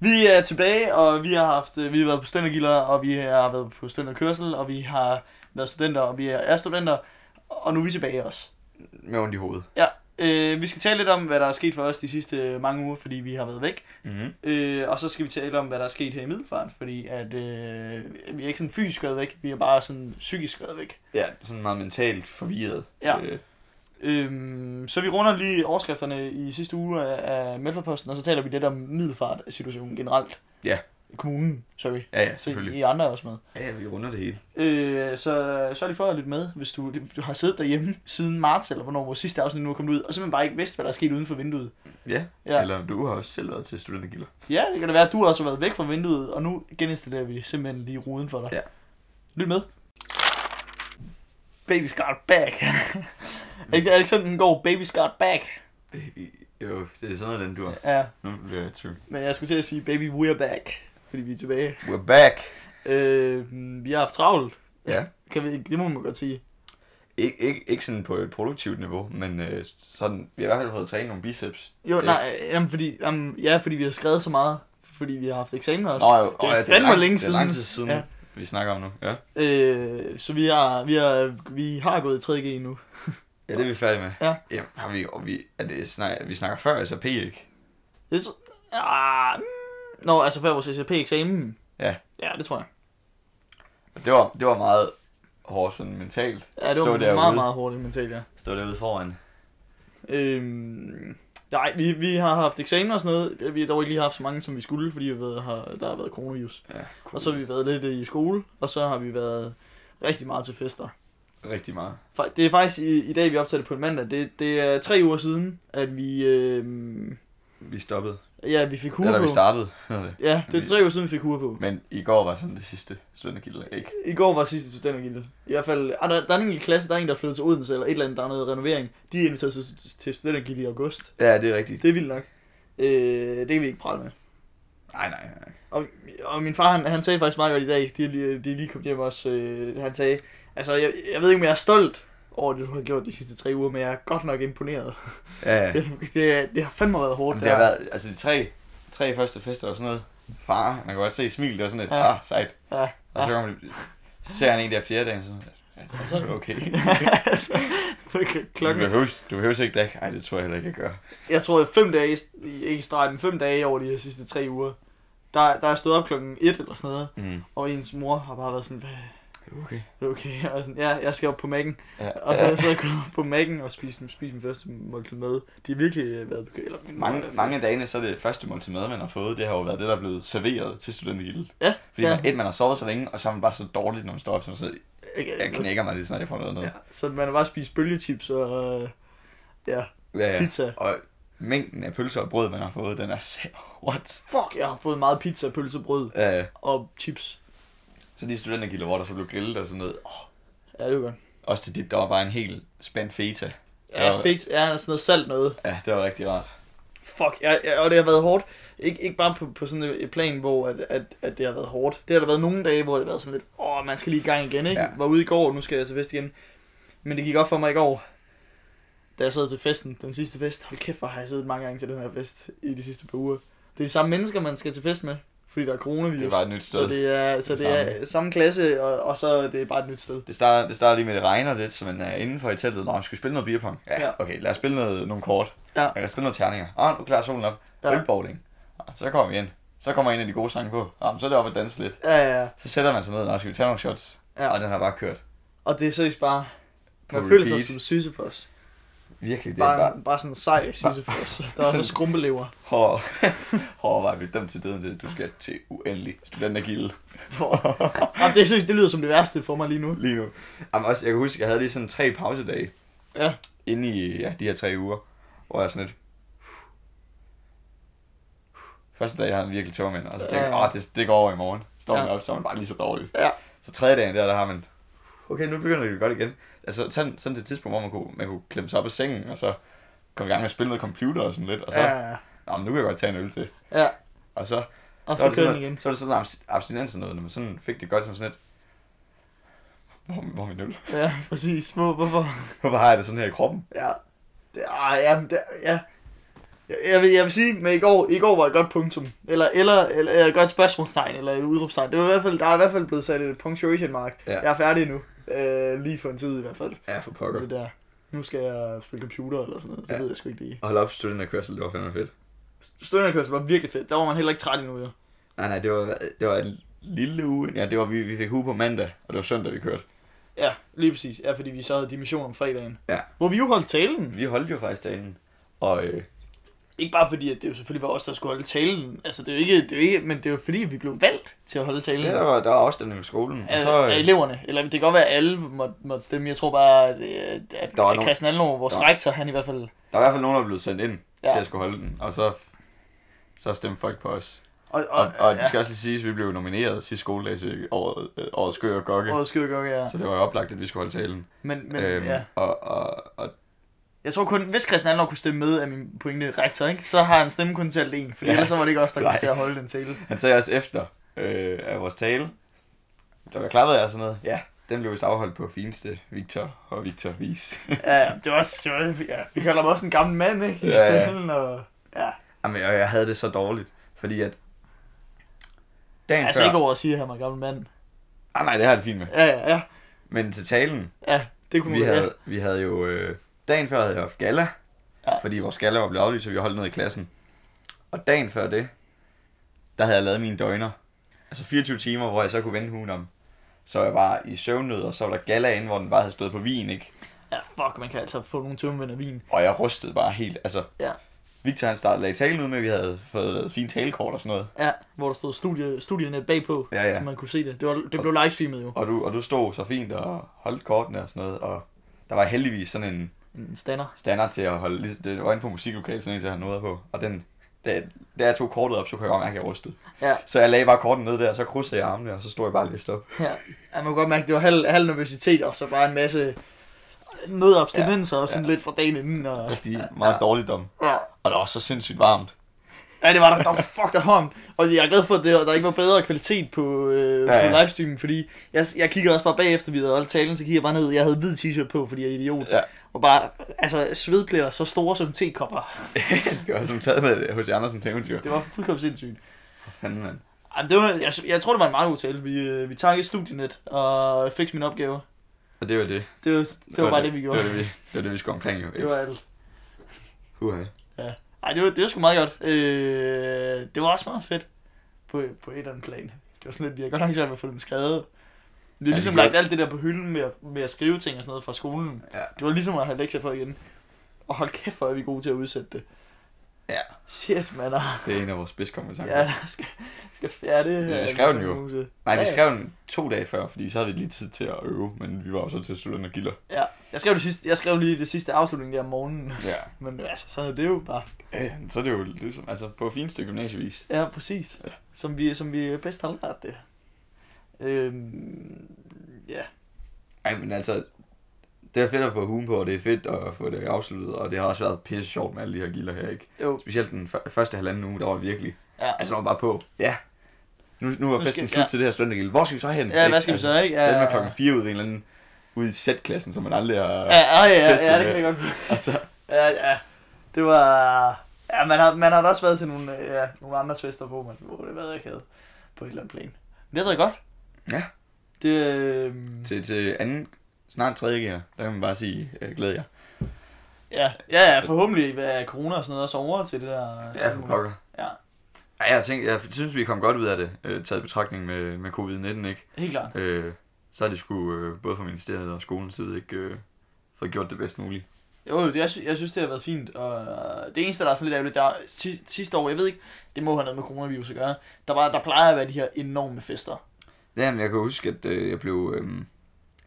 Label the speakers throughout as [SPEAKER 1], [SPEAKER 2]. [SPEAKER 1] Vi er tilbage, og vi har haft, øh, vi har været på studentergilder, og vi har været på studenterkørsel, og vi har været studenter, og vi er studenter, og nu er vi tilbage også.
[SPEAKER 2] Med ondt i hovedet.
[SPEAKER 1] Ja, øh, vi skal tale lidt om, hvad der er sket for os de sidste øh, mange uger, fordi vi har været væk.
[SPEAKER 2] Mm-hmm.
[SPEAKER 1] Øh, og så skal vi tale om, hvad der er sket her i Middelfart, fordi at, øh, vi er ikke sådan fysisk været væk, vi er bare sådan psykisk været væk.
[SPEAKER 2] Ja, sådan meget mentalt forvirret.
[SPEAKER 1] Ja.
[SPEAKER 2] Øh,
[SPEAKER 1] Øhm, så vi runder lige overskrifterne i sidste uge af, af Metroposten, og så taler vi lidt om middelfart-situationen generelt.
[SPEAKER 2] Ja.
[SPEAKER 1] Kommunen, sorry.
[SPEAKER 2] ja, ja,
[SPEAKER 1] Så I
[SPEAKER 2] selvfølgelig.
[SPEAKER 1] I andre er også med.
[SPEAKER 2] Ja, ja, vi runder det hele.
[SPEAKER 1] Øh, så så er det for at lytte med, hvis du, du har siddet derhjemme siden marts, eller hvornår vores sidste afsnit nu er kommet ud, og simpelthen bare ikke vidste, hvad der er sket uden for vinduet.
[SPEAKER 2] Ja.
[SPEAKER 1] Ja.
[SPEAKER 2] ja, eller du har også selv været til studentergilder.
[SPEAKER 1] Ja, det kan da være, at du også har været væk fra vinduet, og nu geninstallerer vi simpelthen lige ruden for dig.
[SPEAKER 2] Ja.
[SPEAKER 1] Lyt med. Baby's got back. Er det ikke sådan, den går? Baby's got back.
[SPEAKER 2] Baby. Øh, Jo, det er sådan noget, den du har.
[SPEAKER 1] Ja,
[SPEAKER 2] Nu bliver jeg i tvivl.
[SPEAKER 1] men jeg skulle til at sige, baby, we're back. Fordi vi er tilbage.
[SPEAKER 2] We're back.
[SPEAKER 1] Øh, vi har haft travlt.
[SPEAKER 2] Ja.
[SPEAKER 1] Kan vi, det må man godt sige.
[SPEAKER 2] Ik- ikke, ikke sådan på et produktivt niveau, men øh, sådan, vi har i hvert fald fået trænet nogle biceps.
[SPEAKER 1] Jo,
[SPEAKER 2] Øh.
[SPEAKER 1] nej, jamen, fordi, jamen, ja, fordi vi har skrevet så meget, fordi vi har haft eksamener også.
[SPEAKER 2] jo,
[SPEAKER 1] det er
[SPEAKER 2] ja,
[SPEAKER 1] fandme
[SPEAKER 2] lang-
[SPEAKER 1] længe
[SPEAKER 2] det er lang
[SPEAKER 1] siden.
[SPEAKER 2] tid siden,
[SPEAKER 1] Ja.
[SPEAKER 2] ja. vi snakker om nu. Ja.
[SPEAKER 1] Øh, så vi har, vi, har, vi har gået i 3G nu.
[SPEAKER 2] ja, det er vi færdige med.
[SPEAKER 1] Ja.
[SPEAKER 2] ja har vi, og vi, er det snak, vi snakker før SAP, ikke?
[SPEAKER 1] Det er så, ah, mm, Nå, altså før vores SAP-eksamen.
[SPEAKER 2] Ja.
[SPEAKER 1] Ja, det tror jeg.
[SPEAKER 2] Og det var, det var meget hårdt sådan mentalt.
[SPEAKER 1] Ja, det
[SPEAKER 2] Stå
[SPEAKER 1] var
[SPEAKER 2] derude.
[SPEAKER 1] meget, meget, meget hårdt mentalt, ja.
[SPEAKER 2] Stå derude foran.
[SPEAKER 1] Øhm, nej, vi, vi har haft eksamener og sådan noget. Vi har dog ikke lige haft så mange, som vi skulle, fordi vi har, været- har, der har været coronavirus.
[SPEAKER 2] Ja, cool.
[SPEAKER 1] Og så har vi været lidt i skole, og så har vi været rigtig meget til fester.
[SPEAKER 2] Rigtig meget.
[SPEAKER 1] Fa- Det er faktisk i, i dag, vi optager det på en mandag. Det, det er tre uger siden, at vi, øhm,
[SPEAKER 2] Vi stoppede.
[SPEAKER 1] ja, vi fik huer
[SPEAKER 2] Eller
[SPEAKER 1] på.
[SPEAKER 2] vi startede. hedder det.
[SPEAKER 1] Ja, det er
[SPEAKER 2] Vi-
[SPEAKER 1] tre uger siden, vi fik huer på.
[SPEAKER 2] Men i går var sådan det sidste studentergilde, ikke?
[SPEAKER 1] I går var sidste studentergilde. I hvert fald, ah, der, der er en enkelt klasse, der er en, der er flyttet til Odense, eller et eller andet, der er noget renovering. De er inviteret til, til studentergilde i august.
[SPEAKER 2] Ja, det er rigtigt.
[SPEAKER 1] Det er vildt nok. Øh, det kan vi ikke prale med.
[SPEAKER 2] Nej, nej, nej.
[SPEAKER 1] Og, og min far, han, han sagde faktisk meget godt i dag, de er lige, de er lige kommet hjem også, øh, han sagde, altså, jeg, jeg ved ikke, om jeg er stolt over det, du har gjort de sidste tre uger, men jeg er godt nok imponeret.
[SPEAKER 2] Ja, ja.
[SPEAKER 1] Det, det, det har fandme været hårdt.
[SPEAKER 2] Jamen, det har været, altså de tre, tre første fester og sådan noget. Far, man kan godt se smil, det var sådan lidt,
[SPEAKER 1] Ja.
[SPEAKER 2] ja. ah, sejt.
[SPEAKER 1] Ja,
[SPEAKER 2] Og så kommer det, så ser han en der fjerde dagen, så ja, så er det okay.
[SPEAKER 1] altså, okay,
[SPEAKER 2] Du
[SPEAKER 1] klokken.
[SPEAKER 2] behøver, du behøver ikke drikke. Ej, det tror jeg heller ikke, jeg gør.
[SPEAKER 1] Jeg tror, at fem dage, i- ikke i streg, men fem dage over de her sidste tre uger, der, der er jeg stået op klokken et eller sådan noget,
[SPEAKER 2] Mm.
[SPEAKER 1] og ens mor har bare været sådan, hvad
[SPEAKER 2] Okay.
[SPEAKER 1] er det okay? Og sådan, ja, jeg skal op på Mac'en.
[SPEAKER 2] Ja.
[SPEAKER 1] Og så er jeg så gået op på Mac'en og spist, spist min første måltid med. De har virkelig øh, været begyndt. Eller, min mor i hvert
[SPEAKER 2] Mange,
[SPEAKER 1] fald.
[SPEAKER 2] mange af dagene, så er det første måltid mad, man har fået, det har jo været det, der er blevet serveret til studentergildet.
[SPEAKER 1] Ja,
[SPEAKER 2] Fordi
[SPEAKER 1] ja.
[SPEAKER 2] man, et, man har sovet så længe, og så er man bare så dårligt, når man står op, som så
[SPEAKER 1] Ikke-
[SPEAKER 2] jeg knækker mig lige snart, jeg får noget ned.
[SPEAKER 1] Ja, så man har bare spist bølgechips og øh, ja,
[SPEAKER 2] Ja, ja.
[SPEAKER 1] pizza.
[SPEAKER 2] Og Øh, mængden af pølser og brød, man har fået, den er så... What?
[SPEAKER 1] Fuck, jeg har fået meget pizza, pølsebrød
[SPEAKER 2] Uh,
[SPEAKER 1] og chips.
[SPEAKER 2] så de studentergilder, hvor der så blev grillet og sådan noget. Oh,
[SPEAKER 1] Ja, det er jo godt.
[SPEAKER 2] også til dit, der var bare en helt spændt feta.
[SPEAKER 1] Ja,
[SPEAKER 2] Ja.
[SPEAKER 1] fedt. Ja, sådan noget salt noget.
[SPEAKER 2] Ja, det var rigtig rart.
[SPEAKER 1] Fuck, ja, ja, og det har været hårdt. Ikke, ikke bare på, på sådan et plan, hvor at, at, at det har været hårdt. Det har der været nogle dage, hvor det har været sådan lidt, åh, man skal lige i gang igen, ikke? Ja.
[SPEAKER 2] Ja.
[SPEAKER 1] Var ude i går, og nu skal jeg til fest igen. Men det gik op for mig i går, da jeg sad til festen, den sidste fest. Hold kæft, hvor har jeg siddet mange gange til den her fest i de sidste par uger. Det er de samme mennesker, man skal til fest med, fordi der er coronavirus.
[SPEAKER 2] Det var et nyt sted.
[SPEAKER 1] Så det er, så det er samme klasse, og, og så er det bare et nyt sted.
[SPEAKER 2] Det starter, det starter lige med, at det regner lidt, så man er indenfor i teltet. Nå, vi skal spille noget beerpong. Ja,
[SPEAKER 1] Ja.
[SPEAKER 2] okay, lad os spille noget, nogle kort.
[SPEAKER 1] Ja.
[SPEAKER 2] Jeg kan spille nogle terninger. Ah, nu klarer solen op.
[SPEAKER 1] Ja.
[SPEAKER 2] Ja. Ølbowling. Ah, Så kommer vi ind. Så kommer en af de gode sange på. Ah, men så er det op at danse lidt.
[SPEAKER 1] Ja, ja, ja.
[SPEAKER 2] Så sætter man sig ned, og skal vi tage nogle shots.
[SPEAKER 1] Ja.
[SPEAKER 2] Og den har bare kørt.
[SPEAKER 1] Og det er seriøst bare,
[SPEAKER 2] På
[SPEAKER 1] man føler sig
[SPEAKER 2] repeat.
[SPEAKER 1] som Sisyphos.
[SPEAKER 2] Virkelig, det er bare...
[SPEAKER 1] Bare, bare sådan en sej Sisyphos, der er så
[SPEAKER 2] Sådan-
[SPEAKER 1] skrumpelever.
[SPEAKER 2] Hård, hård vej, vi er dømt til døden, det er, du skal til uendelig studentergilde
[SPEAKER 1] For... Jamen, det, synes, det lyder som det værste for mig lige nu.
[SPEAKER 2] lige nu. Jamen også, jeg kan huske, jeg havde lige sådan tre pausedage
[SPEAKER 1] Ja.
[SPEAKER 2] inde i ja, de her tre uger, hvor jeg sådan lidt... Første dag, jeg havde en virkelig tungmænd, og så tænkte jeg,
[SPEAKER 1] Ja.
[SPEAKER 2] åh, det, det går over i morgen. Står man
[SPEAKER 1] Ja.
[SPEAKER 2] op, så er man bare lige så dårlig.
[SPEAKER 1] Ja.
[SPEAKER 2] Så tredje dagen der, der har man, okay, nu begynder det godt igen. Altså sådan, sådan til et tidspunkt, hvor man kunne, man kunne klemme sig op af sengen, og så komme i gang med at spille noget computer og sådan lidt, og så, ja.
[SPEAKER 1] Ja,
[SPEAKER 2] men nu kan jeg godt tage en øl til.
[SPEAKER 1] ja.
[SPEAKER 2] Og så,
[SPEAKER 1] Og
[SPEAKER 2] så, var
[SPEAKER 1] så kører
[SPEAKER 2] det
[SPEAKER 1] den
[SPEAKER 2] sådan,
[SPEAKER 1] igen.
[SPEAKER 2] igen. så var det sådan abs- abstinens og noget, når man sådan fik det godt som sådan lidt, hvor, hvor er min øl?
[SPEAKER 1] Ja, præcis. Hvor, hvorfor?
[SPEAKER 2] Hvorfor har jeg det sådan her i kroppen?
[SPEAKER 1] Ja. Det, ah, ja, men det, ja. Jeg, jeg, vil, jeg vil sige, men i går, i går var et godt punktum. Eller, eller, eller, eller et godt spørgsmålstegn, eller et udråbstegn. Det var i hvert fald, der er i hvert fald blevet sat et punctuation mark.
[SPEAKER 2] Ja.
[SPEAKER 1] Jeg er færdig nu. Øh, lige for en tid i hvert fald.
[SPEAKER 2] Ja, for
[SPEAKER 1] Okay.
[SPEAKER 2] pokker.
[SPEAKER 1] Det der. Nu skal jeg spille computer eller sådan noget. Det
[SPEAKER 2] Ja.
[SPEAKER 1] ja. ved jeg sgu ikke lige.
[SPEAKER 2] Og hold op, studenterkørsel, det var fandme fedt.
[SPEAKER 1] Støndekørsel var virkelig fedt. Der var man heller ikke træt endnu, jo.
[SPEAKER 2] Nej, nej, det var, det var en lille uge. Ja, det var, vi, vi fik hue på mandag, og det var søndag, vi kørte.
[SPEAKER 1] Ja, lige præcis. Ja, fordi vi så havde dimission om fredagen.
[SPEAKER 2] Ja.
[SPEAKER 1] Hvor vi jo holdt talen.
[SPEAKER 2] Vi holdt jo faktisk dagen. Og øh,
[SPEAKER 1] Ikke bare fordi, at det jo selvfølgelig var os, der skulle holde talen. Altså, det er jo ikke, det er jo ikke men det er jo fordi, vi blev valgt til at holde talen.
[SPEAKER 2] ja, der, var, der var afstemning i skolen. Og
[SPEAKER 1] Af,
[SPEAKER 2] så,
[SPEAKER 1] af
[SPEAKER 2] øh,
[SPEAKER 1] eleverne. Eller det kan godt være, at alle måtte, måtte stemme. Jeg tror bare, at, øh, at,
[SPEAKER 2] Der var
[SPEAKER 1] at
[SPEAKER 2] nogen-
[SPEAKER 1] Christian Alnor, vores
[SPEAKER 2] der-
[SPEAKER 1] rektor, han i hvert fald...
[SPEAKER 2] der var i hvert fald nogen, der blev sendt ind ja.
[SPEAKER 1] Ja.
[SPEAKER 2] til at skulle holde den. Og så, så stemte folk på os.
[SPEAKER 1] Og,
[SPEAKER 2] Og, og det
[SPEAKER 1] ja,
[SPEAKER 2] skal også lige siges, at vi blev nomineret sidste skoledag til året, øh, årets skør og gokke.
[SPEAKER 1] og skyder godt, ja.
[SPEAKER 2] Så det var jo oplagt, at vi skulle holde talen.
[SPEAKER 1] Men, men øhm. ja.
[SPEAKER 2] og, og, og,
[SPEAKER 1] Jeg tror kun, hvis Christian Alnor kunne stemme med af min pointe rektor, ikke? så har han stemme kun til alt en. Fordi
[SPEAKER 2] Ja.
[SPEAKER 1] ja. ellers så var det ikke os, der
[SPEAKER 2] Nej.
[SPEAKER 1] kom til at holde den tale.
[SPEAKER 2] han sagde også efter øh, af vores tale, der var klappet af og sådan noget. Ja, den blev vist afholdt på fineste Victor og Victor Vis.
[SPEAKER 1] Ja, ja, det var også... Det var, ja. Vi kalder ham også en gammel mand, ikke?
[SPEAKER 2] Ja, ja.
[SPEAKER 1] Ja. Talen, og, ja.
[SPEAKER 2] Jamen, og jeg havde det så dårligt, fordi at dagen
[SPEAKER 1] Altså
[SPEAKER 2] før...
[SPEAKER 1] ikke over at sige, at han var en gammel mand.
[SPEAKER 2] Ah, nej, det har jeg det fint med.
[SPEAKER 1] Ja, ja, ja.
[SPEAKER 2] Men til talen,
[SPEAKER 1] ja det kunne
[SPEAKER 2] vi
[SPEAKER 1] man, ja.
[SPEAKER 2] havde, vi havde jo... Øh, dagen før havde jeg haft gala,
[SPEAKER 1] Ja.
[SPEAKER 2] fordi vores gala var blevet aflyst, så vi holdt noget i klassen. Og dagen før det, der havde jeg lavet mine døgner. Altså 24 timer, hvor jeg så kunne vende hugen om. Så jeg var i søvnnød, og så var der gala inde, hvor den bare havde stået på vin, ikke?
[SPEAKER 1] Ja, fuck, man kan altså få nogle tømmermænd af vin.
[SPEAKER 2] Og jeg rystede bare helt, altså...
[SPEAKER 1] Ja.
[SPEAKER 2] Victor han startede lagde talen ud med, at vi havde fået lavet fine talekort og sådan noget.
[SPEAKER 1] Ja, hvor der stod studie, studierne bagpå,
[SPEAKER 2] Ja, ja.
[SPEAKER 1] så man kunne se det. Det, var, det blev livestreamet jo.
[SPEAKER 2] Og du, og du stod så fint og holdt kortene og sådan noget, og der var heldigvis sådan en
[SPEAKER 1] En stander.
[SPEAKER 2] stander til at holde, lige- det var inden for musiklokalet, sådan en til at have noget på, og den, da, da jeg tog kortet op, så kunne jeg godt mærke, at jeg rystede.
[SPEAKER 1] Ja.
[SPEAKER 2] Så jeg lagde bare korten ned der, og så krydsede jeg armene, og så stod jeg bare lidt op.
[SPEAKER 1] Ja, ja man kunne godt mærke, at det var halv, halv nervøsitet, og så bare en masse nødabstinenser, ja, og sådan ja. lidt fra dagen inden. Og...
[SPEAKER 2] Rigtig meget dårligdom.
[SPEAKER 1] Ja.
[SPEAKER 2] Og det var så sindssygt varmt.
[SPEAKER 1] ja, det var der, der var fuck der varmt. Og jeg er glad for, at det, at der ikke var bedre kvalitet på, øh,
[SPEAKER 2] Ja,
[SPEAKER 1] ja,
[SPEAKER 2] ja.
[SPEAKER 1] ja. på livestreamen, fordi jeg, jeg kiggede også bare bagefter, vi havde holdt talen, så kiggede jeg bare ned, jeg havde hvid t-shirt på, fordi jeg er idiot.
[SPEAKER 2] Ja.
[SPEAKER 1] Og bare, altså, svedpletter så store som tekopper.
[SPEAKER 2] det var som taget med det hos Andersens eventyr.
[SPEAKER 1] Det var fuldkommen sindssygt.
[SPEAKER 2] Fanden, mand.
[SPEAKER 1] Jamen, det var, jeg, jeg tror, det var en meget god tale. Vi, øh, vi takkede studienet og fik mine opgaver.
[SPEAKER 2] Og det var det.
[SPEAKER 1] Det var, det var bare det, vi gjorde.
[SPEAKER 2] Det var det, vi, det, var det, vi skulle omkring, jo.
[SPEAKER 1] Det var alt.
[SPEAKER 2] Uha.
[SPEAKER 1] Ej, det var, det var sgu meget godt. Øh, det var også meget fedt på, på et eller andet plan. Det var sådan lidt, vi har godt nok svært ved at få den skrevet. Vi
[SPEAKER 2] Ja,
[SPEAKER 1] har ligesom
[SPEAKER 2] det gjorde-
[SPEAKER 1] lagt alt det der på hylden med at, med at skrive ting og sådan noget fra skolen.
[SPEAKER 2] Ja.
[SPEAKER 1] Det var ligesom at have lektier for igen. Og hold kæft, hvor er vi gode til at udsætte det.
[SPEAKER 2] Ja.
[SPEAKER 1] Shit, mand. ah.
[SPEAKER 2] Det er en af vores bedste
[SPEAKER 1] Ja,
[SPEAKER 2] kompetencer.
[SPEAKER 1] der skal, skal ja, det.
[SPEAKER 2] Ja, vi
[SPEAKER 1] er
[SPEAKER 2] skrev den
[SPEAKER 1] fandme
[SPEAKER 2] jo.
[SPEAKER 1] gode til.
[SPEAKER 2] Nej, vi
[SPEAKER 1] Ja, ja.
[SPEAKER 2] skrev den to dage før, fordi så havde vi lige tid til at øve, men vi var jo så til studenter og gilder.
[SPEAKER 1] Ja, jeg skrev, det sidste, jeg skrev lige det sidste afslutning der om morgenen.
[SPEAKER 2] Ja.
[SPEAKER 1] Men altså, sådan er det jo bare.
[SPEAKER 2] ja. Så er det jo ligesom, altså på fineste gymnasievis.
[SPEAKER 1] Ja, præcis.
[SPEAKER 2] Ja.
[SPEAKER 1] Som, vi, som vi bedst har lært det. Øhm, ja.
[SPEAKER 2] Ej, men altså, det er fedt at få hugen på, og det er fedt at få det afsluttet, og det har også været pisse sjovt med alle de her gilder her, ikke?
[SPEAKER 1] Jo.
[SPEAKER 2] Specielt den fyr- første halvanden uge, der var det virkelig.
[SPEAKER 1] Ja.
[SPEAKER 2] Altså, der var bare på, ja, nu, nu er
[SPEAKER 1] Nu
[SPEAKER 2] festen
[SPEAKER 1] skal-
[SPEAKER 2] slut
[SPEAKER 1] ja.
[SPEAKER 2] til det her studentergilde. Hvor skal vi så hen?
[SPEAKER 1] Ja, hvad
[SPEAKER 2] Ikke?
[SPEAKER 1] skal vi
[SPEAKER 2] Altså,
[SPEAKER 1] så, ikke? Ja,
[SPEAKER 2] Selv med
[SPEAKER 1] ja, ja.
[SPEAKER 2] klokken 4 ud i en eller anden, ude i sætklassen, som man aldrig har...
[SPEAKER 1] Ja, ja, ja,
[SPEAKER 2] festet
[SPEAKER 1] ja, det
[SPEAKER 2] med.
[SPEAKER 1] kan jeg godt
[SPEAKER 2] Altså,
[SPEAKER 1] Ja, ja. Det var... Ja, man har, man har da også været til nogle, øh, ja, nogle andres fester på, men hvor det har været akavet på et eller andet plan. Men det har været godt.
[SPEAKER 2] Ja.
[SPEAKER 1] Det, øh,
[SPEAKER 2] til, til anden, snart tredje gear, der kan man bare sige, øh, glæder jer.
[SPEAKER 1] ja, ja, ja, forhåbentlig er corona og sådan noget også over til det der...
[SPEAKER 2] Ja, for pokker.
[SPEAKER 1] Ja,
[SPEAKER 2] Ja, jeg, tænkte, jeg synes, vi kom godt ud af det, øh, taget i betragtning med, med covid-19, ikke?
[SPEAKER 1] helt klart.
[SPEAKER 2] Øh, så er det sgu, øh, både fra ministeriet og skolens side, ikke øh, fået gjort det bedst muligt.
[SPEAKER 1] Jo, det, jeg, sy- jeg synes, det har været fint, og det eneste, der er sådan lidt ærgerligt, der er si- sidste år, jeg ved ikke, det må have noget med coronavirus at gøre, der, var, der plejede at være de her enorme fester.
[SPEAKER 2] Ja, men jeg kan huske, at øh, jeg blev, øh,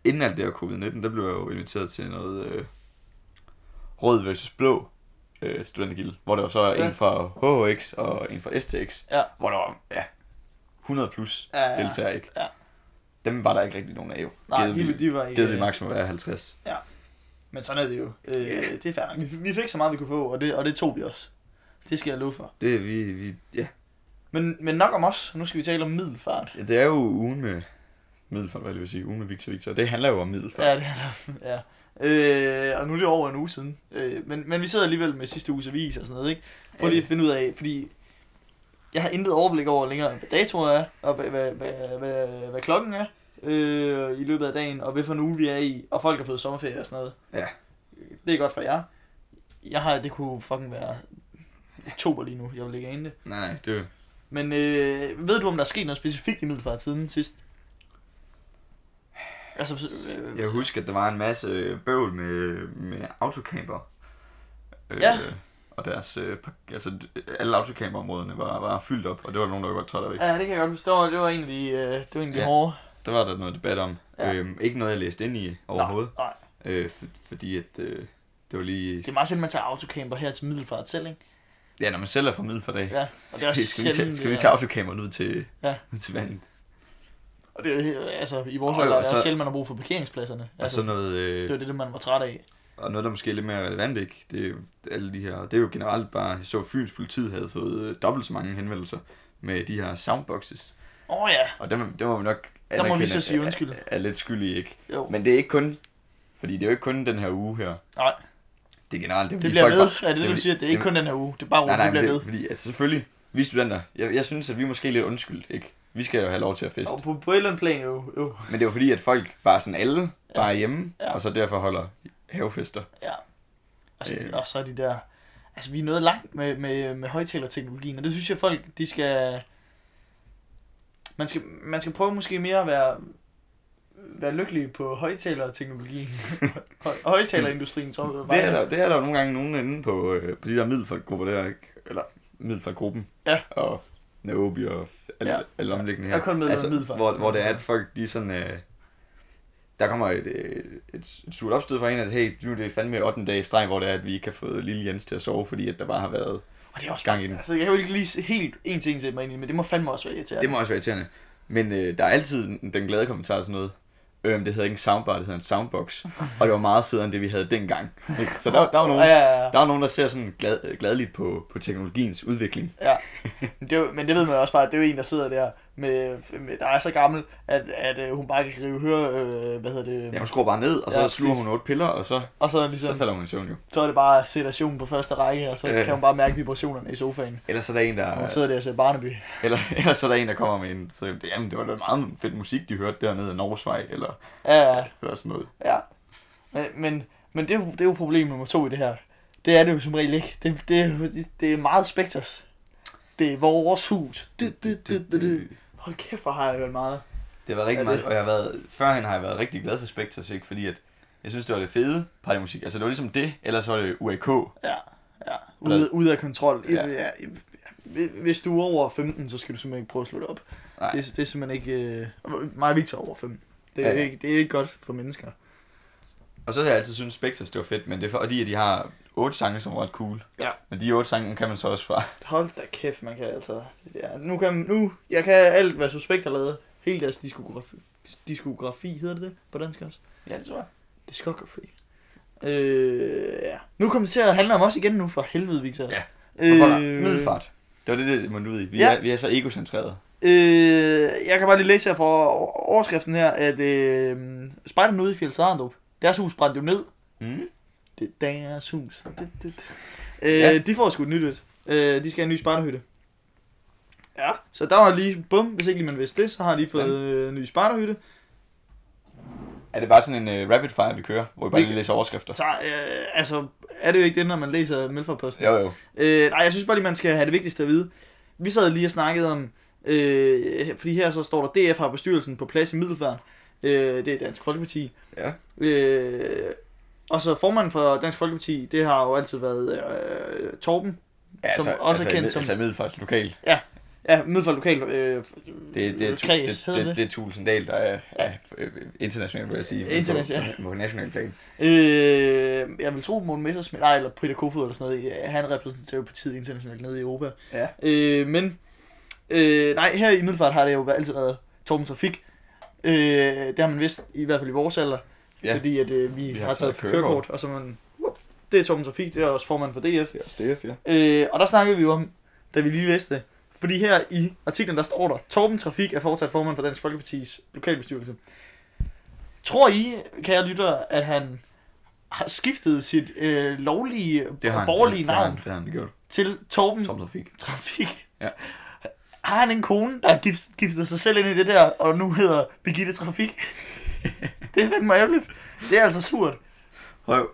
[SPEAKER 2] inden alt det her covid-19, der blev jeg jo inviteret til noget øh, rød versus blå øh, studentergilde, hvor der var så
[SPEAKER 1] Ja.
[SPEAKER 2] en fra HHX og en fra STX,
[SPEAKER 1] Ja.
[SPEAKER 2] hvor der var, ja, 100 plus
[SPEAKER 1] Ja, ja, ja.
[SPEAKER 2] deltagere, ikke?
[SPEAKER 1] Ja.
[SPEAKER 2] Dem var der ikke rigtig nogen af, jo.
[SPEAKER 1] Nej,
[SPEAKER 2] Givet vi-
[SPEAKER 1] de, de var ikke...
[SPEAKER 2] Givet vi maks må være 50.
[SPEAKER 1] Men sådan er det jo. Øh,
[SPEAKER 2] Ja.
[SPEAKER 1] Det er fair nok. Vi, vi fik så meget, vi kunne få, og det, og det tog vi også. Det skal jeg love for.
[SPEAKER 2] Det er vi, vi, ja.
[SPEAKER 1] Men, men nok om os. Nu skal vi tale om middelfart.
[SPEAKER 2] Ja, Det er jo ugen med Middelfart, hvad jeg lige vil sige, ugen med Victor Victor. Det handler jo om Middelfart.
[SPEAKER 1] Ja, det er der. Ja. Øh, og nu er det over en uge siden. Øh, men, men vi sidder alligevel med sidste uges avis og sådan noget, ikke? For
[SPEAKER 2] Ja.
[SPEAKER 1] lige at finde ud af, fordi jeg har intet overblik over længere, hvad datoer er, og hvad, hvad, hvad, hvad, hvad klokken er øh, i løbet af dagen, og hvilken uge vi er i, og folk har fået sommerferie og sådan noget. Øh,
[SPEAKER 2] Ja.
[SPEAKER 1] Det er godt for jer. Jeg har, det kunne fucking være oktober lige nu, jeg vil ikke ane det.
[SPEAKER 2] Nej, det
[SPEAKER 1] Men øh, ved du, om der er sket noget specifikt i middelfart siden sidst? Altså, øh,
[SPEAKER 2] Jeg husker, at der var en masse øh, bøvl med, med autocamper. Øh,
[SPEAKER 1] Ja.
[SPEAKER 2] Og deres, øh, pak- altså, alle autocamperområderne var, var fyldt op, og det var der nogen, der var godt træt af det.
[SPEAKER 1] ja, det kan jeg godt forstå. Det var, det var egentlig øh, det var egentlig ja.
[SPEAKER 2] Ja.
[SPEAKER 1] hårde.
[SPEAKER 2] Der var der noget debat om.
[SPEAKER 1] Ja.
[SPEAKER 2] Ja. Øhm, ikke noget, jeg læste ind i overhovedet.
[SPEAKER 1] Nej, nej.
[SPEAKER 2] Øh, for, fordi at, øh, det var lige...
[SPEAKER 1] Det er meget sjældent, man tager autocamper her til Middelfart selv, ikke?
[SPEAKER 2] Ja, når man selv er fra Middelfart
[SPEAKER 1] Ja, og det er også
[SPEAKER 2] skal, vi tage,
[SPEAKER 1] sjældent,
[SPEAKER 2] skal vi
[SPEAKER 1] øh,
[SPEAKER 2] tage autocamperen ud til,
[SPEAKER 1] Ja.
[SPEAKER 2] ja. ud til vandet?
[SPEAKER 1] Og det, er- altså, i vores
[SPEAKER 2] Og-
[SPEAKER 1] alder er
[SPEAKER 2] og
[SPEAKER 1] det også
[SPEAKER 2] så-
[SPEAKER 1] sjældent, man har brug for parkeringspladserne.
[SPEAKER 2] Og
[SPEAKER 1] Altså,
[SPEAKER 2] så noget,
[SPEAKER 1] det var
[SPEAKER 2] øh,
[SPEAKER 1] det, det, man var træt af.
[SPEAKER 2] og noget, der måske er lidt mere relevant, ikke? Det er jo alle de her... Det er jo generelt bare... Jeg så, at Fyns politiet havde fået øh, dobbelt så mange henvendelser med de her soundboxes.
[SPEAKER 1] Åh oh, ja,
[SPEAKER 2] Og det, må- det må vi nok
[SPEAKER 1] Der må vi
[SPEAKER 2] anerkende,
[SPEAKER 1] så sige
[SPEAKER 2] er- er-
[SPEAKER 1] undskyld.
[SPEAKER 2] Er, lidt skyldige, ikke?
[SPEAKER 1] jo.
[SPEAKER 2] Men det er ikke kun... Fordi det er jo ikke kun den her uge her.
[SPEAKER 1] Nej,
[SPEAKER 2] Det er generelt... Det, er
[SPEAKER 1] det
[SPEAKER 2] fordi
[SPEAKER 1] bliver
[SPEAKER 2] folk
[SPEAKER 1] ved.
[SPEAKER 2] bare-
[SPEAKER 1] Er det det, du
[SPEAKER 2] fordi-
[SPEAKER 1] siger? Det er ikke
[SPEAKER 2] det-
[SPEAKER 1] kun den her uge. Det er bare
[SPEAKER 2] Nej,
[SPEAKER 1] ugen,
[SPEAKER 2] nej,
[SPEAKER 1] det
[SPEAKER 2] men
[SPEAKER 1] bliver
[SPEAKER 2] det,
[SPEAKER 1] ved.
[SPEAKER 2] er fordi, altså selvfølgelig, vi studenter, jeg, jeg synes, at vi er måske lidt undskyldt, ikke? Vi skal jo have lov til at feste.
[SPEAKER 1] Og på, på et eller andet plan, jo. jo.
[SPEAKER 2] Men det var fordi, at folk bare sådan alle,
[SPEAKER 1] Ja.
[SPEAKER 2] ja. bare er hjemme,
[SPEAKER 1] Ja.
[SPEAKER 2] ja. og så derfor holder havefester.
[SPEAKER 1] Ja. Og, så,
[SPEAKER 2] Øh.
[SPEAKER 1] og så er de der... Altså, vi er nået langt med, med, med højtalerteknologien, og det synes jeg, folk, de skal... Man skal, man skal prøve måske mere at være, være lykkelig på højtalerteknologien. Høj- Højtalerindustrien, tror jeg.
[SPEAKER 2] Det er, der, det er der jo nogle gange nogen inde på, øh, på de der middelfolkgrupper der, ikke? Eller middelfolkgruppen.
[SPEAKER 1] Ja.
[SPEAKER 2] Og Naobi og alle,
[SPEAKER 1] Ja.
[SPEAKER 2] ja. alle omliggende her. Altså,
[SPEAKER 1] Jeg er kun medlem af Middelfart.
[SPEAKER 2] Hvor, hvor det er, at folk de sådan... Øh, der kommer et, øh, et, et surt opstød fra en, at hey, nu er det fandme 8. dag i streg, hvor det er, at vi ikke har fået lille Jens til at sove, fordi at der bare har været
[SPEAKER 1] Og det er også
[SPEAKER 2] gang i den.
[SPEAKER 1] Altså, jeg kan jo ikke lige se- helt en ting sætte mig ind i, men det må fandme også være irriterende.
[SPEAKER 2] Det må også være irriterende. Men øh, der er altid den, den glade kommentar og sådan noget. Øhm, det hedder ikke en soundbar, det hedder en soundbox. Og det var meget federe end det, vi havde dengang. Ikke? Så der, der, var nogen,
[SPEAKER 1] Ja, ja, ja.
[SPEAKER 2] der var nogen, der ser sådan glad, øh, gladeligt på, på teknologiens udvikling.
[SPEAKER 1] Ja. Men det, er jo- men det ved man også bare, at det er jo en, der sidder der, med, med der er så gammel, at, at øh, hun bare kan rive høre, øh, hvad hedder det,
[SPEAKER 2] Ja, hun skruer bare ned, og så
[SPEAKER 1] Ja,
[SPEAKER 2] ja, sluger
[SPEAKER 1] præcis.
[SPEAKER 2] hun otte piller, og så,
[SPEAKER 1] og så, er det
[SPEAKER 2] så
[SPEAKER 1] ligesom, så,
[SPEAKER 2] falder hun i søvn jo.
[SPEAKER 1] så er det bare sedationen på første række, og så
[SPEAKER 2] Ja.
[SPEAKER 1] kan hun bare mærke vibrationerne i sofaen.
[SPEAKER 2] Ellers er der en,
[SPEAKER 1] Og hun
[SPEAKER 2] der,
[SPEAKER 1] sidder der og ser Barnaby.
[SPEAKER 2] eller, ellers er der, en, der kommer med en, så, jamen det var da meget fed musik, de hørte dernede i Norgesvej, eller,
[SPEAKER 1] Ja, ja,
[SPEAKER 2] eller sådan noget.
[SPEAKER 1] ja. Men, men, men det, er jo, det er jo problem nummer to i det her. Det er det jo som regel ikke. Det, det, er jo- det, det er meget spekters. Det er vores hus. Du, du, du, du, du. Hold kæft, hvor har jeg hørt meget.
[SPEAKER 2] Det var
[SPEAKER 1] Ja,
[SPEAKER 2] rigtig
[SPEAKER 1] det-
[SPEAKER 2] meget, og jeg har været, førhen har jeg været rigtig glad for Spectres, ikke? fordi at jeg synes, det var det fede partymusik. Altså det var ligesom det, ellers var det UAK.
[SPEAKER 1] Ja, ja. Ude, ude af kontrol. Ja.
[SPEAKER 2] Ja.
[SPEAKER 1] Ja. Hvis du er over 15, så skal du simpelthen ikke prøve at slå det op.
[SPEAKER 2] Nej.
[SPEAKER 1] Det, er- det er simpelthen ikke... Øh, mig og Victor er over 15. Det er,
[SPEAKER 2] Ja,
[SPEAKER 1] ja.
[SPEAKER 2] ja.
[SPEAKER 1] ikke, det er ikke godt for mennesker.
[SPEAKER 2] Og så har jeg altid synes Spectres, det var fedt, men det er fordi, at de har otte sange, som er ret cool.
[SPEAKER 1] Ja.
[SPEAKER 2] Men de otte sange kan man så også fra.
[SPEAKER 1] Hold da kæft, man kan altså... Ja, nu kan... Nu, jeg kan alt, hvad Suspekt har lavet. Hele deres diskografi, diskografi hedder det det på dansk også?
[SPEAKER 2] Ja, det tror jeg.
[SPEAKER 1] Diskografi. Øh, ja. Nu kommer det til at handle om os igen nu, for helvede, Victor.
[SPEAKER 2] Ja.
[SPEAKER 1] Øh,
[SPEAKER 2] Og øh... middelfart. Det var det, det måtte ud i. Vi,
[SPEAKER 1] Ja.
[SPEAKER 2] ja. er, vi er så egocentrerede.
[SPEAKER 1] Øh, jeg kan bare lige læse her fra overskriften her, at øh, spejderne ude i Fjeldsarendrup, deres hus brændte jo ned.
[SPEAKER 2] Mm.
[SPEAKER 1] Det er deres hus. Det, det, det. Øh,
[SPEAKER 2] Ja.
[SPEAKER 1] De får sgu et nyt et. Øh, de skal have en ny spejderhytte. Ja. Så der var lige, bum, hvis ikke lige man vidste det, så har de fået øh, en ny spejderhytte.
[SPEAKER 2] Er det bare sådan en uh, rapid fire, vi kører, hvor vi bare
[SPEAKER 1] Vi-
[SPEAKER 2] lige læser overskrifter?
[SPEAKER 1] Så, øh, altså, er det jo ikke det, når man læser Melfordposten?
[SPEAKER 2] Jo, jo.
[SPEAKER 1] Øh, nej, jeg synes bare lige, man skal have det vigtigste at vide. Vi sad lige og snakkede om, øh, fordi her så står der, DF har bestyrelsen på plads i Middelfart. Øh, det er Dansk Folkeparti.
[SPEAKER 2] Ja.
[SPEAKER 1] Øh, og så formanden for Dansk Folkeparti, det har jo altid været øh, Torben.
[SPEAKER 2] Ja,
[SPEAKER 1] Som også er
[SPEAKER 2] altså,
[SPEAKER 1] kendt
[SPEAKER 2] mid-
[SPEAKER 1] som-
[SPEAKER 2] Altså middelfart lokal.
[SPEAKER 1] Ja, Middelfart Lokal øh,
[SPEAKER 2] Det, det, er, tu-
[SPEAKER 1] Kreds,
[SPEAKER 2] det,
[SPEAKER 1] hedder
[SPEAKER 2] det, det, det er Tulsendal, der er, er øh, international, vil jeg sige. men på-
[SPEAKER 1] International.
[SPEAKER 2] På, på national plan.
[SPEAKER 1] Øh, jeg vil tro, Morten Messersmith, nej, eller Peter Kofod eller sådan noget, øh, han repræsenterer jo partiet internationalt nede i Europa.
[SPEAKER 2] Ja.
[SPEAKER 1] Øh, men, øh, nej, her i Middelfart har det jo altid været Torben Trafik. Øh, det har man vidst, i hvert fald i vores alder,
[SPEAKER 2] Ja.
[SPEAKER 1] fordi at, øh, vi, vi, har, taget, kørekort, kørekort og så man, whoop, det er Torben Trafik, det er også formand for DF.
[SPEAKER 2] Det er også DF, ja.
[SPEAKER 1] Øh, og der snakkede vi jo om, da vi lige læste det. Fordi her i artiklen, der står der, Torben Trafik er fortsat formand for Dansk Folkeparti's lokalbestyrelse. Tror I, kære lytter, at han har skiftet sit øh, lovlige
[SPEAKER 2] Det har han,
[SPEAKER 1] borgerlige
[SPEAKER 2] det,
[SPEAKER 1] navn Mm.
[SPEAKER 2] Det har han, det har han gjort.
[SPEAKER 1] til Torben
[SPEAKER 2] Tom Trafik.
[SPEAKER 1] Trafik.
[SPEAKER 2] Ja.
[SPEAKER 1] Har han en kone, der har gift, giftet sig selv ind i det der, og nu hedder Birgitte Trafik? det er fandme ærgerligt. Det er altså surt.
[SPEAKER 2] Prøv,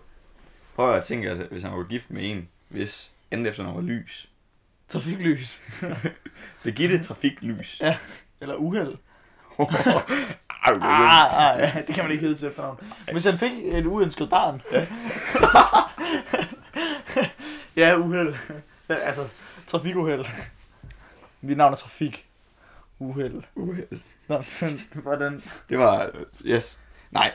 [SPEAKER 2] prøv at tænke, at hvis han var gift med en, hvis andet efter han var lys.
[SPEAKER 1] Trafiklys.
[SPEAKER 2] Birgitte Trafiklys.
[SPEAKER 1] Ja. Eller uheld.
[SPEAKER 2] Ej, det er-
[SPEAKER 1] Ah, ah, ja, det kan man ikke hedde til efternavn. Hvis han fik et uønsket barn. ja, uheld. Ja, altså, trafikuheld. Mit navn er Trafik. Uheld.
[SPEAKER 2] Uheld.
[SPEAKER 1] Nå, men Hvordan?
[SPEAKER 2] Det var, øh, yes. Nej.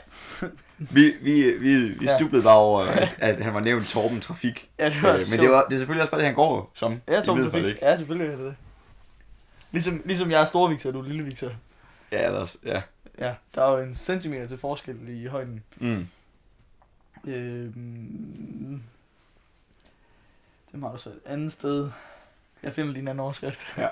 [SPEAKER 2] Vi, vi, vi, vi
[SPEAKER 1] Ja.
[SPEAKER 2] stublede bare over, at, at han var nævnt Torben Trafik.
[SPEAKER 1] Ja, det
[SPEAKER 2] Øh,
[SPEAKER 1] var
[SPEAKER 2] men det, var, det er selvfølgelig også bare det, han går som.
[SPEAKER 1] Ja,
[SPEAKER 2] I
[SPEAKER 1] Torben
[SPEAKER 2] ved faktisk
[SPEAKER 1] Trafik. Ja, selvfølgelig er det det. Ligesom, ligesom jeg er store Victor, og du er lille Victor.
[SPEAKER 2] Ja, ellers, ja.
[SPEAKER 1] Ja, der er jo en centimeter til forskel i højden.
[SPEAKER 2] Mm.
[SPEAKER 1] Øhm, det var så et andet sted. Jeg finder lige en anden overskrift.
[SPEAKER 2] Ja.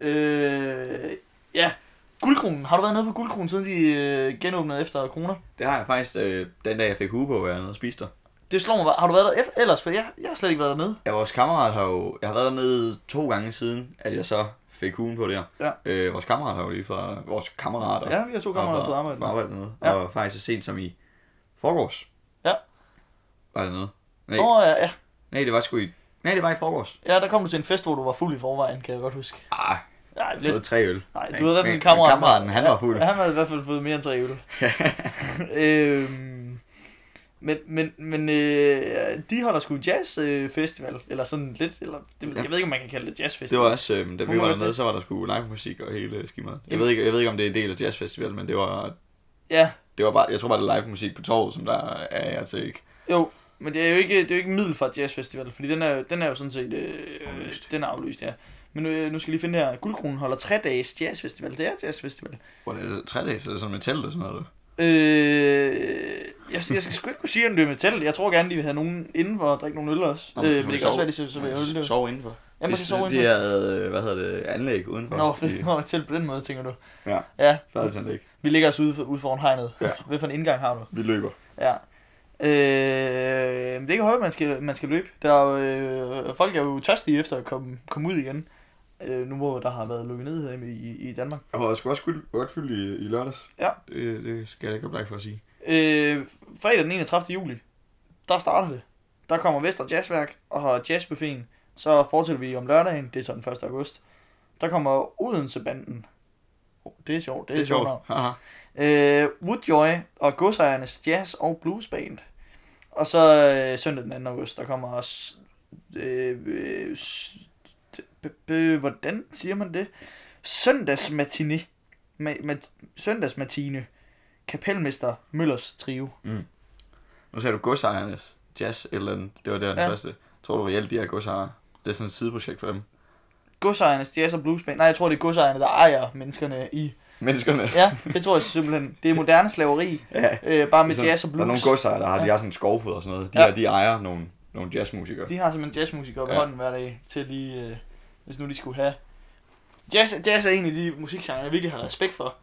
[SPEAKER 1] øh, ja, guldkronen. Har du været nede på guldkronen, siden de øh, genåbnede efter corona?
[SPEAKER 2] Det har jeg faktisk, øh, den dag jeg fik hue på, hvor jeg nede og spiste der.
[SPEAKER 1] Det slår mig. bare. Har du været der ef- ellers? For jeg, jeg har slet ikke været dernede.
[SPEAKER 2] Ja, vores kammerat har jo... Jeg har været dernede to gange siden, at jeg så fik hugen på der.
[SPEAKER 1] Ja.
[SPEAKER 2] Øh, vores kammerat har jo lige fra... Vores kammerater.
[SPEAKER 1] Ja, vi har to kammerater, der har fået arbejde.
[SPEAKER 2] Fra arbejde dernede.
[SPEAKER 1] Ja.
[SPEAKER 2] Ja. Og faktisk så sent som i forgårs.
[SPEAKER 1] Ja.
[SPEAKER 2] Var dernede. Nej,
[SPEAKER 1] Nå ja, ja.
[SPEAKER 2] nej, det var sgu i... Nej, det var i forgårs.
[SPEAKER 1] Ja, der kom du til en fest, hvor du var fuld i forvejen, kan jeg godt huske.
[SPEAKER 2] Ah,
[SPEAKER 1] Nej,
[SPEAKER 2] jeg har fået tre øl.
[SPEAKER 1] Nej,
[SPEAKER 2] Men-
[SPEAKER 1] du havde i hvert fald
[SPEAKER 2] men-
[SPEAKER 1] en kammerat.
[SPEAKER 2] men kammeraten, han var fuld.
[SPEAKER 1] Ja, han havde i hvert fald fået mere end tre øl. øhm, men men, men øh, de holder sgu jazzfestival, øh, festival, eller sådan lidt, eller det, jeg ved ikke, om man kan kalde det
[SPEAKER 2] Det
[SPEAKER 1] jazzfestival.
[SPEAKER 2] var også, øh, da vi
[SPEAKER 1] Hvornår
[SPEAKER 2] var
[SPEAKER 1] var
[SPEAKER 2] dernede,
[SPEAKER 1] det?
[SPEAKER 2] så var der sgu live musik og hele skimmet. Jeg
[SPEAKER 1] Jamen.
[SPEAKER 2] ved, ikke, jeg ved ikke, om det er en del af jazzfestival, men det var,
[SPEAKER 1] Ja,
[SPEAKER 2] det var bare, jeg tror bare, det er live musik på torvet, som der er jeg til ikke.
[SPEAKER 1] jo, men det er jo ikke, det er jo ikke middel for et jazzfestival, fordi den er, den er jo sådan set, øh,
[SPEAKER 2] Aflyst.
[SPEAKER 1] den er aflyst, ja. Men øh, nu skal jeg lige finde her, Guldkronen holder tre dages jazzfestival, det er jazzfestival.
[SPEAKER 2] Hvor det er tre dage, så er det sådan med telt og sådan noget.
[SPEAKER 1] Øh, jeg, jeg skal sgu ikke kunne sige, om det er metal. Jeg tror gerne, de vil have nogen indenfor og drikke nogle øl også.
[SPEAKER 2] Nå,
[SPEAKER 1] øh,
[SPEAKER 2] så
[SPEAKER 1] men det
[SPEAKER 2] må de
[SPEAKER 1] kan også
[SPEAKER 2] sove.
[SPEAKER 1] være, de ser så ved øl. det.
[SPEAKER 2] Sove indenfor.
[SPEAKER 1] Ja, man kan sove
[SPEAKER 2] det
[SPEAKER 1] indenfor.
[SPEAKER 2] er, øh, hvad hedder det, anlæg udenfor.
[SPEAKER 1] Nå, fedt. Nå, selv på den måde, tænker du.
[SPEAKER 2] Ja.
[SPEAKER 1] Ja,
[SPEAKER 2] Færdelsanlæg.
[SPEAKER 1] vi ligger os ude, for, ude foran hegnet.
[SPEAKER 2] Ja.
[SPEAKER 1] Hvad for en indgang har du?
[SPEAKER 2] Vi løber.
[SPEAKER 1] Ja. Øh, men det er ikke højt, man skal, man skal løbe. Der er jo, øh, folk er jo tørstige efter at komme, komme ud igen. Øh, nu hvor der har været lukket ned her i, i- i Danmark.
[SPEAKER 2] Jeg var sgu også godt, godt fyldt i, i lørdags.
[SPEAKER 1] Ja.
[SPEAKER 2] Det, det skal jeg ikke have bleg for at sige.
[SPEAKER 1] Øh, fredag den 31. juli, der starter det. Der kommer Vester Jazzværk og har jazzbuffeten. Så fortsætter vi om lørdagen, det er så den 1. august. Der kommer Odensebanden. Oh, det er sjovt, det er, det er sjovt. navn.
[SPEAKER 2] Haha.
[SPEAKER 1] Øh, Woodjoy og godsejernes jazz og bluesband. Og så øh, søndag den 2. august, der kommer også... Øh, øh, s- b- b- hvordan siger man det? Søndagsmatiné. Ma- mat- søndagsmatine. Kapelmester Møllers trio.
[SPEAKER 2] Nu sagde du godsejernes jazz et eller andet. Det var der den
[SPEAKER 1] Ja.
[SPEAKER 2] første. Tror du reelt, de er godsejere? Det er sådan et sideprojekt for dem.
[SPEAKER 1] Godsejernes jazz og bluesband. Nej, jeg tror, det er godsejerne, der ejer menneskerne i...
[SPEAKER 2] Menneskerne.
[SPEAKER 1] Ja, det tror jeg simpelthen. Det er moderne slaveri.
[SPEAKER 2] ja.
[SPEAKER 1] Øh, bare med
[SPEAKER 2] Ligesom,
[SPEAKER 1] jazz og blues.
[SPEAKER 2] Der er nogle godsejere, der har, de har sådan en skovfod og sådan noget. De
[SPEAKER 1] Ja.
[SPEAKER 2] ja. her, de ejer nogle, nogle jazzmusikere.
[SPEAKER 1] De har simpelthen jazzmusikere på
[SPEAKER 2] Ja.
[SPEAKER 1] hånden hver dag, til lige, øh, hvis nu de skulle have... Jazz, jazz er en af de musikgenre, jeg virkelig har respekt for.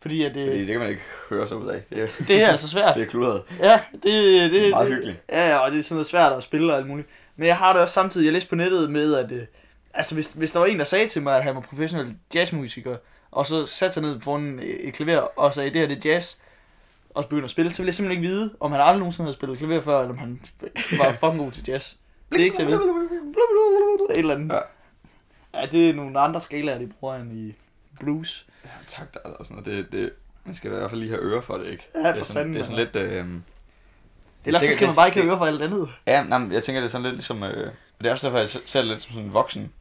[SPEAKER 1] Fordi at,
[SPEAKER 2] Fordi
[SPEAKER 1] øh,
[SPEAKER 2] det kan man ikke høre sig ud af. Det, er-
[SPEAKER 1] det er altså svært.
[SPEAKER 2] det er kludret.
[SPEAKER 1] Ja, det, det,
[SPEAKER 2] Det er meget
[SPEAKER 1] det-
[SPEAKER 2] hyggeligt.
[SPEAKER 1] Ja, ja, og det er sådan noget svært at spille og alt muligt. Men jeg har det også samtidig, jeg læste på nettet med, at øh, altså, hvis, hvis der var en, der sagde til mig, at han var professionel jazzmusiker, og så satte sig ned foran øh, et klaver og sagde, det her det er jazz, og så begyndte at spille, så ville jeg simpelthen ikke vide, om han aldrig nogensinde havde spillet klaver før, eller om han var fucking god til jazz. Det er ikke til at vide. Et eller andet. Ja, det er nogle andre skalaer, de bruger end i blues.
[SPEAKER 2] Tak, der er og sådan noget. Det, det, man skal i hvert fald lige have øre for det, ikke?
[SPEAKER 1] Ja,
[SPEAKER 2] det er
[SPEAKER 1] for
[SPEAKER 2] sådan,
[SPEAKER 1] fanden, altså.
[SPEAKER 2] det er sådan lidt... Øh, det er
[SPEAKER 1] Ellers så
[SPEAKER 2] sikkert-
[SPEAKER 1] skal man
[SPEAKER 2] det-
[SPEAKER 1] bare ikke have øre for alt andet.
[SPEAKER 2] Ja, nej, men jeg tænker, det er sådan lidt ligesom... Øh, det er også derfor, jeg ser det lidt som sådan en voksen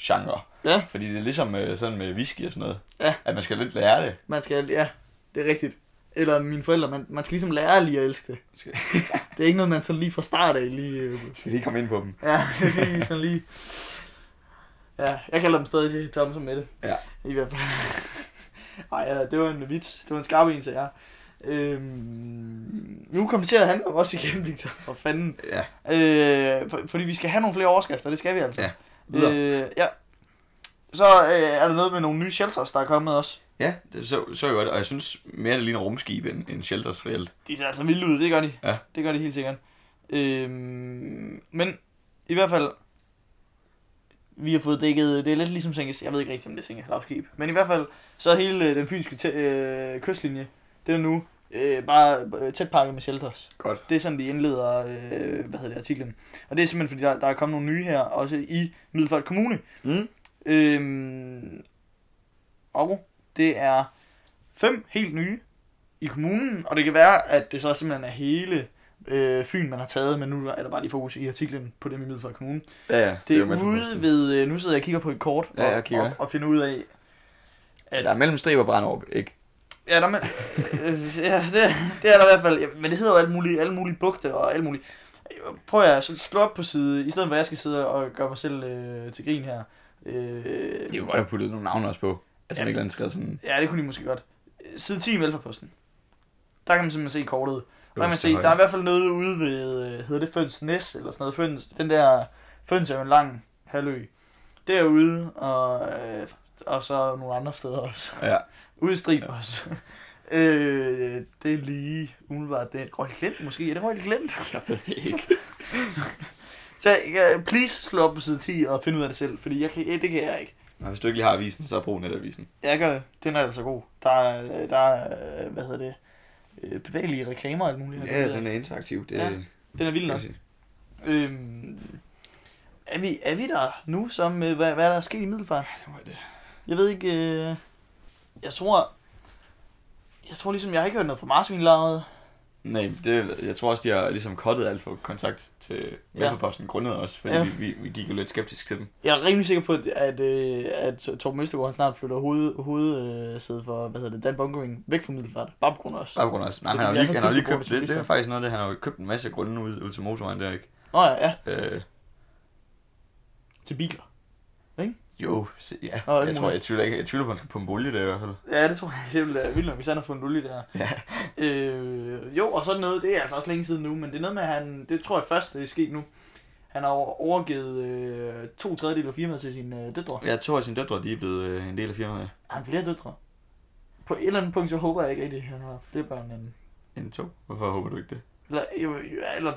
[SPEAKER 2] genre.
[SPEAKER 1] Ja.
[SPEAKER 2] Fordi det er ligesom øh, sådan med whisky og sådan noget.
[SPEAKER 1] Ja.
[SPEAKER 2] At man skal lidt lære det.
[SPEAKER 1] Man skal, ja, det er rigtigt. Eller mine forældre, man, man skal ligesom lære lige at elske det.
[SPEAKER 2] Skal-
[SPEAKER 1] Det er ikke noget, man sådan lige fra start af lige... øh,
[SPEAKER 2] Skal lige komme ind på dem.
[SPEAKER 1] Ja, lige sådan lige... Ja, jeg kalder dem stadig Thomas og Mette.
[SPEAKER 2] Ja.
[SPEAKER 1] I hvert fald. Ej, ja, det var en vits. Det var en skarp en til jer. Øhm, nu kommer det til at handle om os igen, Victor. For fanden.
[SPEAKER 2] Ja.
[SPEAKER 1] Øh, for, fordi vi skal have nogle flere overskrifter, det skal vi altså.
[SPEAKER 2] Ja. Videre.
[SPEAKER 1] Øh, ja. Så øh, er der noget med nogle nye shelters, der er kommet også.
[SPEAKER 2] Ja, det så, så jeg godt, og jeg synes mere, det ligner rumskib end, end shelters reelt.
[SPEAKER 1] De ser altså vildt ud, det gør de.
[SPEAKER 2] Ja.
[SPEAKER 1] Det gør de helt sikkert. Øhm, men i hvert fald, vi har fået dækket, det er lidt ligesom Sænkes, jeg ved ikke rigtigt, om det er Sænkes lavskib, men i hvert fald, så er hele øh, den fynske tæ- øh, kystlinje, den er nu øh, bare øh, tæt pakket med shelters.
[SPEAKER 2] Godt.
[SPEAKER 1] Det er sådan, de indleder øh, hvad hedder det, artiklen. Og det er simpelthen, fordi der, der er kommet nogle nye her, også i Middelfart Kommune.
[SPEAKER 2] Mm.
[SPEAKER 1] Øhm, og det er fem helt nye i kommunen, og det kan være, at det så simpelthen er hele øh, Fyn, man har taget, men nu er der bare lige fokus i artiklen på dem i Middelfart Kommune.
[SPEAKER 2] Ja, ja.
[SPEAKER 1] Det
[SPEAKER 2] jo
[SPEAKER 1] er,
[SPEAKER 2] med
[SPEAKER 1] ude
[SPEAKER 2] fornuften.
[SPEAKER 1] ved, øh, nu sidder jeg og kigger på et kort,
[SPEAKER 2] Ja, jeg
[SPEAKER 1] og,
[SPEAKER 2] kigger.
[SPEAKER 1] og, og finder ud af, at...
[SPEAKER 2] Der er mellem Strib og Brandrup, ikke?
[SPEAKER 1] Ja, der, men, øh, ja det, det er der i hvert fald. Ja, Men det hedder jo alt muligt, alle mulige bugte og alt muligt. Prøv at så slå op på side, i stedet for at jeg skal sidde og gøre mig selv øh, til grin her. Øh,
[SPEAKER 2] Det er jo godt at have puttet nogle navne også på.
[SPEAKER 1] Jamen.
[SPEAKER 2] Altså, Jamen. ikke andet skrevet sådan...
[SPEAKER 1] Ja, det kunne de måske godt. Side 10 i Velfærdsposten. Der kan man simpelthen se kortet. Der kan man
[SPEAKER 2] Øverste
[SPEAKER 1] se,
[SPEAKER 2] højre.
[SPEAKER 1] der er i hvert fald noget ude ved, øh, hedder det Føns Næs, eller sådan noget. Føns, den der, Føns er jo en lang halvø. Derude, og, øh, og så nogle andre steder også.
[SPEAKER 2] Ja.
[SPEAKER 1] Ude i Strib også. øh, det er lige umiddelbart, det er Røg Klint måske. Er det Røg Klint?
[SPEAKER 2] Jeg ved det ikke.
[SPEAKER 1] Så øh, please slå op på side 10 og finde ud af det selv, fordi jeg kan, ja, det kan jeg ikke.
[SPEAKER 2] Nå, hvis du ikke lige har avisen, så brug netavisen.
[SPEAKER 1] Jeg gør det. Den er altså god. Der er, der er øh, hvad hedder det, øh, bevægelige reklamer og alt muligt. her.
[SPEAKER 2] Ja, den er interaktiv. Det,
[SPEAKER 1] Ja,
[SPEAKER 2] er
[SPEAKER 1] den er vild nok.
[SPEAKER 2] crazy.
[SPEAKER 1] Øhm, er, vi, er vi der nu, som øh, hvad, hvad der er sket i Middelfart?
[SPEAKER 2] Ja, det var det.
[SPEAKER 1] Jeg ved ikke, øh, jeg tror, jeg tror ligesom, jeg har ikke hørt noget fra marsvinlaget.
[SPEAKER 2] Nej, det, jeg tror også, de har ligesom kottet alt for kontakt til Mælkeposten grundet også, fordi
[SPEAKER 1] Ja.
[SPEAKER 2] ja. vi, vi, vi, gik jo lidt skeptisk til dem.
[SPEAKER 1] Jeg er rimelig sikker på, at, at, øh, at Torben Østergaard han snart flytter hoved, hovedsædet for, hvad hedder det, Dan Bunkering væk fra Middelfart. Bare på grund af os.
[SPEAKER 2] Bare på grund af os. Nej, men
[SPEAKER 1] Fordi
[SPEAKER 2] han
[SPEAKER 1] jeg
[SPEAKER 2] har jo lige,
[SPEAKER 1] kan
[SPEAKER 2] han har jo
[SPEAKER 1] dybt
[SPEAKER 2] lige købt,
[SPEAKER 1] bruge
[SPEAKER 2] det, det er
[SPEAKER 1] cyklister.
[SPEAKER 2] faktisk noget af det, han har jo købt en masse grunde ud, ud til motorvejen der, ikke?
[SPEAKER 1] Nå ja, ja,
[SPEAKER 2] Øh,
[SPEAKER 1] til biler.
[SPEAKER 2] jo, se, ja.
[SPEAKER 1] Nå, alt
[SPEAKER 2] jeg tror,
[SPEAKER 1] muligt.
[SPEAKER 2] jeg tvivler ikke. Jeg tvivler på, at han skal pumpe olie der i hvert fald.
[SPEAKER 1] Ja, det tror jeg, det ville være vildt nok, hvis han har fundet olie der.
[SPEAKER 2] Ja.
[SPEAKER 1] Øh, jo, og sådan noget, det er altså også længe siden nu, men det er noget med, at han, det tror jeg først, det er sket nu. Han har overgivet øh, to tredjedel af firmaet til sine øh, døtre.
[SPEAKER 2] Jeg tror, at sine døtre de er blevet øh, en del af firmaet.
[SPEAKER 1] Har han flere døtre? På et eller andet punkt, så håber jeg ikke rigtigt, at han har flere børn end...
[SPEAKER 2] En to. Hvorfor håber du ikke det?
[SPEAKER 1] Eller, jo, jo, eller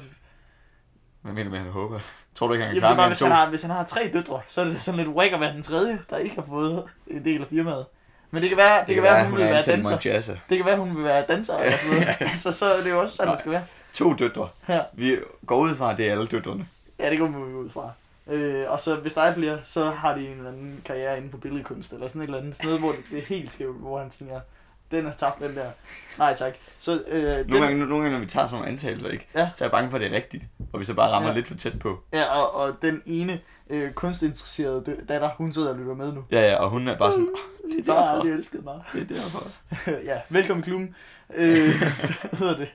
[SPEAKER 2] Hvad mener du med, at han håber? Tror du ikke, han
[SPEAKER 1] Jamen,
[SPEAKER 2] kan
[SPEAKER 1] det er
[SPEAKER 2] klare
[SPEAKER 1] bare,
[SPEAKER 2] mere
[SPEAKER 1] hvis,
[SPEAKER 2] end to?
[SPEAKER 1] han har, hvis han har tre døtre, så er det da sådan lidt wack at være den tredje, der ikke har fået en del af firmaet. Men det kan være, det, det kan være, at hun, vil
[SPEAKER 2] er
[SPEAKER 1] være
[SPEAKER 2] ansat i
[SPEAKER 1] danser.
[SPEAKER 2] Monjasa.
[SPEAKER 1] Det kan være, hun vil være danser eller sådan noget. altså, så er det jo også sådan, det skal være.
[SPEAKER 2] To døtre.
[SPEAKER 1] Ja.
[SPEAKER 2] Vi går ud fra, at det er alle døtrene.
[SPEAKER 1] Ja, det kommer vi ud fra. Øh, og så hvis der er flere, så har de en eller anden karriere inden for billedkunst, eller sådan et eller andet sted, hvor det, det er helt skævt, hvor han tænker, den er tabt, den der. Nej tak. Så øh, den,
[SPEAKER 2] Nogle gange, nogle gange, når vi tager sådan nogle antagelser, ikke?
[SPEAKER 1] Ja.
[SPEAKER 2] så er jeg bange for, at det er rigtigt. Og vi så bare rammer
[SPEAKER 1] Ja.
[SPEAKER 2] ja. lidt for tæt på.
[SPEAKER 1] ja, og, og den ene øh, kunstinteresserede dø- datter, hun sidder og lytter med nu.
[SPEAKER 2] Ja, ja, og hun er bare sådan, "Åh,
[SPEAKER 1] Det
[SPEAKER 2] er
[SPEAKER 1] er
[SPEAKER 2] derfor.
[SPEAKER 1] aldrig elsket mig.
[SPEAKER 2] det er derfor.
[SPEAKER 1] ja, velkommen i klubben. Øh, hvad hedder det?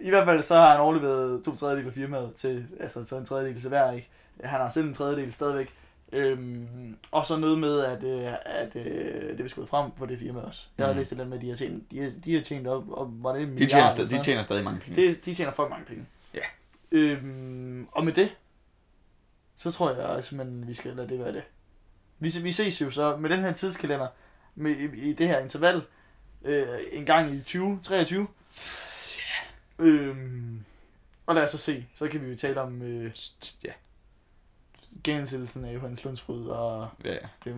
[SPEAKER 1] I hvert fald så har han overleveret to tredjedel af firmaet til, altså så en tredjedel til hver, ikke? Han har selv en tredjedel stadigvæk. Øhm, og så noget med, at, øh, at øh, det vil skudt frem på det firma også. Jeg har
[SPEAKER 2] Mm.
[SPEAKER 1] læst et eller andet med, at de har tjent, de har, de har tjent op, og var det
[SPEAKER 2] De tjener,
[SPEAKER 1] sådan
[SPEAKER 2] stadig, de
[SPEAKER 1] noget?
[SPEAKER 2] tjener stadig mange penge.
[SPEAKER 1] Det, de tjener for mange penge.
[SPEAKER 2] Mm. Ja.
[SPEAKER 1] Øhm, og med det, så tror jeg simpelthen, vi skal lade det være det. Vi, se- vi ses jo så med den her tidskalender, med, i, i det her interval, øh, en gang i 2023. Ja. Øhm, og lad os så se, så kan vi jo tale om øh,
[SPEAKER 2] Ja,
[SPEAKER 1] genansættelsen af Johannes Lundsfryd og
[SPEAKER 2] ja, ja.
[SPEAKER 1] det øh,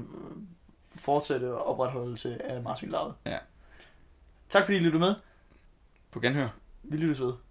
[SPEAKER 1] fortsatte opretholdelse af Marsvin Lavet.
[SPEAKER 2] Ja.
[SPEAKER 1] Tak fordi I lyttede med.
[SPEAKER 2] På genhør.
[SPEAKER 1] Vi lyttes ved.